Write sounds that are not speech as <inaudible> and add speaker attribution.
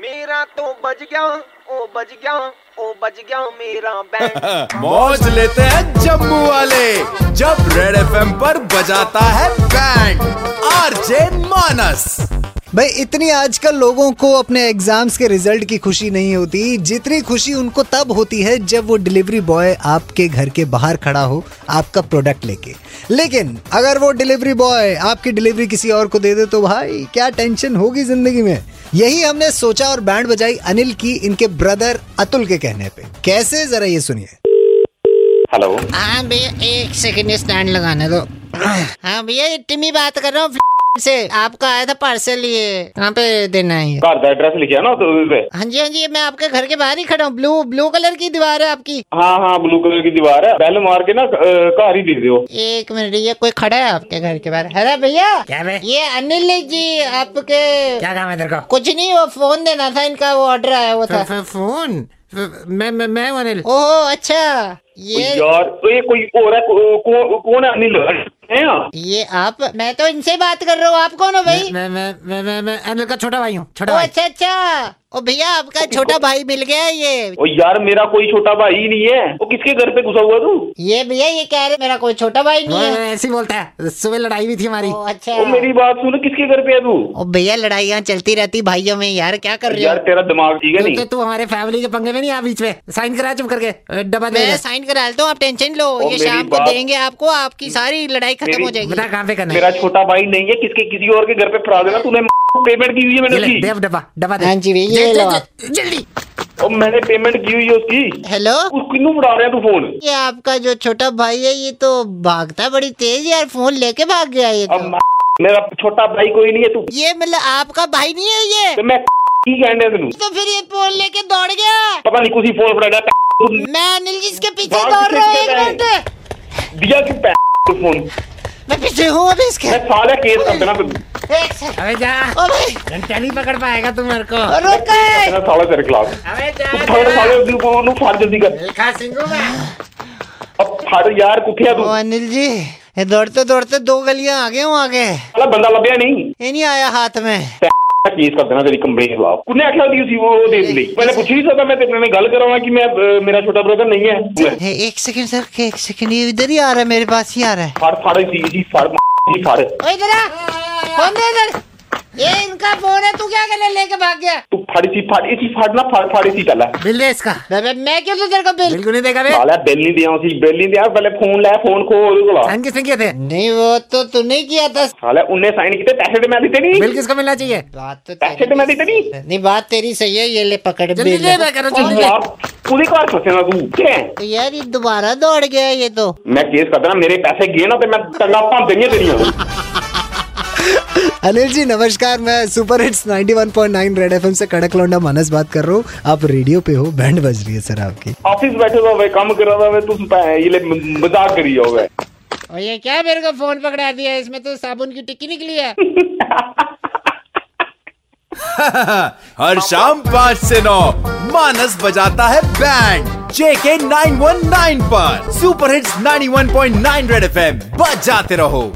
Speaker 1: मेरा तो बज गया ओ बज गया ओ बज गया मेरा बैंड
Speaker 2: मौज लेते हैं जम्मू वाले जब रेड एफएम पर बजाता है बैंड आरजे मानस
Speaker 3: भाई इतनी आजकल लोगों को अपने एग्जाम्स के रिजल्ट की खुशी नहीं होती जितनी खुशी उनको तब होती है जब वो डिलीवरी बॉय आपके घर के बाहर खड़ा हो आपका प्रोडक्ट लेके लेकिन अगर वो डिलीवरी बॉय आपकी डिलीवरी किसी और को दे दे तो भाई क्या टेंशन होगी जिंदगी में यही हमने सोचा और बैंड बजाई अनिल की इनके ब्रदर अतुल के कहने पे कैसे जरा ये सुनिए
Speaker 4: हेलो
Speaker 5: हाँ भैया एक सेकंड ये स्टैंड लगाने दो हाँ भैया ये टिमी बात कर रहा हूँ से आपका आया था पार्सल ये कहाँ पे देना है ये?
Speaker 4: घर का एड्रेस लिखिया ना तो उस पे
Speaker 5: हाँ जी हाँ जी मैं आपके घर के बाहर ही खड़ा हूँ ब्लू ब्लू कलर की दीवार है आपकी
Speaker 4: हाँ हाँ ब्लू कलर की दीवार है बैल मार के ना अ, घर ही दे दो
Speaker 5: एक मिनट ये कोई खड़ा है आपके घर के बाहर अरे भैया
Speaker 6: क्या बे?
Speaker 5: ये अनिल जी आपके
Speaker 6: क्या काम है तेरे को
Speaker 5: कुछ नहीं वो फोन देना था इनका वो ऑर्डर आया हुआ था
Speaker 6: फ- फोन फ- मैं मैं मैं हूं अनिल
Speaker 5: ओहो अच्छा ये
Speaker 4: यार तो ये कोई और है को, को, कौन है अनिल हैं आप?
Speaker 5: ये आप मैं तो इनसे बात कर रहा हूँ आप कौन हो भाई
Speaker 6: मैं मैं मैं मैं मैं अनिल का छोटा भाई हूँ छोटा
Speaker 5: ओ
Speaker 6: भाई
Speaker 5: अच्छा अच्छा ओ भैया आपका छोटा भाई मिल गया है ये
Speaker 4: ओ यार मेरा कोई छोटा भाई ही नहीं है वो किसके घर पे घुसा हुआ तू
Speaker 5: ये भैया ये कह रहे मेरा कोई छोटा भाई
Speaker 6: वो
Speaker 5: नहीं है
Speaker 6: ऐसे ही बोलता है सुबह लड़ाई भी थी हमारी
Speaker 5: ओ अच्छा
Speaker 4: ओ मेरी बात सुन किसके घर पे है तू
Speaker 5: ओ भैया लड़ाइयाँ चलती रहती भाइयों में यार क्या कर रहे
Speaker 4: यार
Speaker 5: हो
Speaker 4: तेरा दिमाग ठीक है
Speaker 6: तो
Speaker 4: नहीं
Speaker 6: तू हमारे फैमिली के पंगे में नहीं आ बीच में साइन करा चुप करके अ, डबल दे
Speaker 5: मैं
Speaker 6: दे।
Speaker 5: साइन करा लेता हूँ आप टेंशन लो
Speaker 4: ओ,
Speaker 5: ये
Speaker 4: मेरी
Speaker 5: शाम को
Speaker 4: बात-
Speaker 5: देंगे आपको आपकी सारी लड़ाई खत्म
Speaker 4: मेरी-
Speaker 5: हो जाएगी
Speaker 6: बता कहाँ पे करना
Speaker 4: मेरा
Speaker 6: है
Speaker 4: छोटा भाई नहीं है किसके किसी और के घर पे फरा देना तूने <laughs> पेमेंट की हुई है मैंने
Speaker 6: ये ले, दे
Speaker 4: उसकी
Speaker 6: अब डब्बा डब्बा दे
Speaker 5: हाँ जी भैया ये
Speaker 6: दे-
Speaker 5: लो
Speaker 6: दे-
Speaker 5: आप।
Speaker 6: दे- जल्दी
Speaker 4: ओ मैंने पेमेंट की हुई है
Speaker 5: <laughs>
Speaker 4: उसकी
Speaker 5: हेलो
Speaker 4: उसको क्यों फड़ा रहे हैं तू फोन
Speaker 5: ये आपका जो छोटा भाई है ये तो भागता बड़ी तेज यार फोन लेके भाग गया ये
Speaker 4: अब
Speaker 5: तो
Speaker 4: मेरा छोटा भाई कोई नहीं है तू
Speaker 5: ये मतलब आपका भाई नहीं है ये
Speaker 4: ਤੇ
Speaker 5: <laughs>
Speaker 4: ਮੈਂ ਕੀ ਕਹਿਣ ਡਿਆ ਤੈਨੂੰ
Speaker 5: तो फिर ये फोन लेके दौड़ गया
Speaker 4: ਪਤਾ ਨਹੀਂ ਕੁਸੀ ਫੋਨ ਫੜਾਇਆ ਤੂੰ
Speaker 5: मैं <laughs> तो अनिल जी इसके पीछे
Speaker 4: भाग
Speaker 5: दौड़ रहा हूँ
Speaker 4: किसके
Speaker 5: एक
Speaker 4: पीछे
Speaker 5: मिनट
Speaker 4: ਦਿਆ ਕਿ ਪੈ ਫੋਨ
Speaker 5: मैं पीछे हूँ अभी इसके
Speaker 4: ਮੈਂ ਸਾਰਾ ਕੇਸ ਕਰ ਦੇਣਾ ਤੈਨੂੰ
Speaker 5: एक सेकंड
Speaker 6: अबे जा
Speaker 5: ओ भाई
Speaker 6: घंटा नहीं पकड़ पाएगा तू मेरे को
Speaker 5: रुके
Speaker 4: ਤੇਰਾ ਸਾਲਾ ਤੇਰੇ ਖਿਲਾਫ
Speaker 6: अबे जा
Speaker 4: ਤੂੰ ਫੜ
Speaker 6: जा।
Speaker 4: ਸਾਲੇ ਦੀ ਫੋਨ ਨੂੰ ਫੜ ਜਲਦੀ ਕਰ
Speaker 6: लिखा सिंगू में
Speaker 4: ਅਬ ਫੜ ਯਾਰ ਕਿੱਥੇ ਆ ਤੂੰ
Speaker 5: ओ अनिल जी ये दौड़ते दौड़ते दो गलियां आगे हूँ आगे ये
Speaker 4: ਸਾਲਾ ਬੰਦਾ ਲੱਭਿਆ ਨਹੀਂ
Speaker 5: नहीं ਆਇਆ हाथ में
Speaker 4: ਕੇਸ ਕਰ ਦੇਣਾ ਤੇਰੀ ਕੰਪਨੀ ਖਿਲਾਫ ਕੁਨੇ ਆਖਿਆ ਦੀ ਸੀ ਉਹ ਦੇ ਲਈ ਪਹਿਲੇ ਪੁੱਛ ਨਹੀਂ ਸਕਦਾ ਮੈਂ ਤੇਰੇ ਨਾਲ ਗੱਲ ਕਰਾਉਣਾ ਕਿ ਮੈਂ ਅ, ਮੇਰਾ ਛੋਟਾ ਬ੍ਰਦਰ ਨਹੀਂ ਹੈ ਤੂੰ ਹੈ।
Speaker 5: ए, एक सेकंड सर के- एक सेकंड ये इधर ही आ रहा है मेरे पास ही आ रहा है
Speaker 4: ਫੜ ਫੜ ਸੀ ਜੀ ਫੜ ਜੀ ਫੜ
Speaker 5: ओ इधर आ फोन दे इधर ये इनका फोन है तू क्या करने लेके भाग गया
Speaker 4: ਤੂੰ ਫੜ ਸੀ ਫੜ ਸੀ ਫੜ ਨਾ ਫੜ ਫੜ ਸੀ ਪਹਿਲਾਂ
Speaker 6: बिल दे इसका
Speaker 5: मैं- मैं- मैं क्यों तो तेरे को बिल
Speaker 6: बिल्कुल नहीं देगा बे
Speaker 4: ਸਾਲਾ ਬਿੱਲ ਨਹੀਂ ਦਿਆ ਸੀ ਬਿੱਲ ਨਹੀਂ ਦਿਆ ਪਹਿਲੇ ਫੋਨ ਲੈ ਫੋਨ ਖੋ ਉਹਦੇ ਕੋਲ ਆ।
Speaker 6: साइन किसने किए थे
Speaker 5: नहीं वो तो तूने ही किया था
Speaker 4: ਸਾਲਾ ਉਹਨੇ ਸਾਈਨ ਕੀਤੇ ਪੈਸੇ ਤੇ ਮੈਂ ਦਿੱਤੇ ਨਹੀਂ
Speaker 6: बिल किसको मिलना चाहिए
Speaker 5: बात तो
Speaker 4: ਪੈਸੇ ਤੇ
Speaker 5: तेरी
Speaker 4: ਮੈਂ ਦਿੱਤੇ ਨਹੀਂ
Speaker 5: नहीं बात तेरी सही है ये ले पकड़
Speaker 6: जल्दी
Speaker 5: बिल
Speaker 6: दे बे करो जल्दी दे
Speaker 4: ਯਾਰ ਉਹਦੇ ਘਰ ਫਸੇ ਨਾ ਤੂੰ ਠੀਕ ਹੈ
Speaker 5: तो यार ये दोबारा दौड़ गया ये तो
Speaker 4: ਮੈਂ ਕੇਸ ਕਰਦਾ ਨਾ ਮੇਰੇ ਪੈਸੇ ਗਏ ਨਾ ਤੇ ਮੈਂ ਟੰਗਾ ਭੰਨ ਦੇਣੀਆਂ ਤੇਰੀਆਂ
Speaker 3: अनिल जी नमस्कार मैं सुपर हिट्स 91.9 रेड एफएम से कड़क लौंडा मानस बात कर रहा हूँ आप रेडियो पे हो बैंड बज रही है सर आपकी
Speaker 4: ਆਫਿਸ ਬੈਠੇ ਦਾ ਵੇ ਕੰਮ ਕਰਾ ਦਾ ਵੇ ਤੁਸੀਂ ਪੈ ਇਹ ਲੈ ਮ- ਮਜ਼ਾਕ ਕਰੀ ਜਾਓਗੇ
Speaker 5: और ये क्या मेरे को फोन पकड़ा दिया इसमें तो साबुन की टिक्की निकली है
Speaker 2: हर शाम पाँच से नौ मानस बजाता है बैंड जेके 919 पर सुपर हिट्स 91.9 रेड एफएम बजाते रहो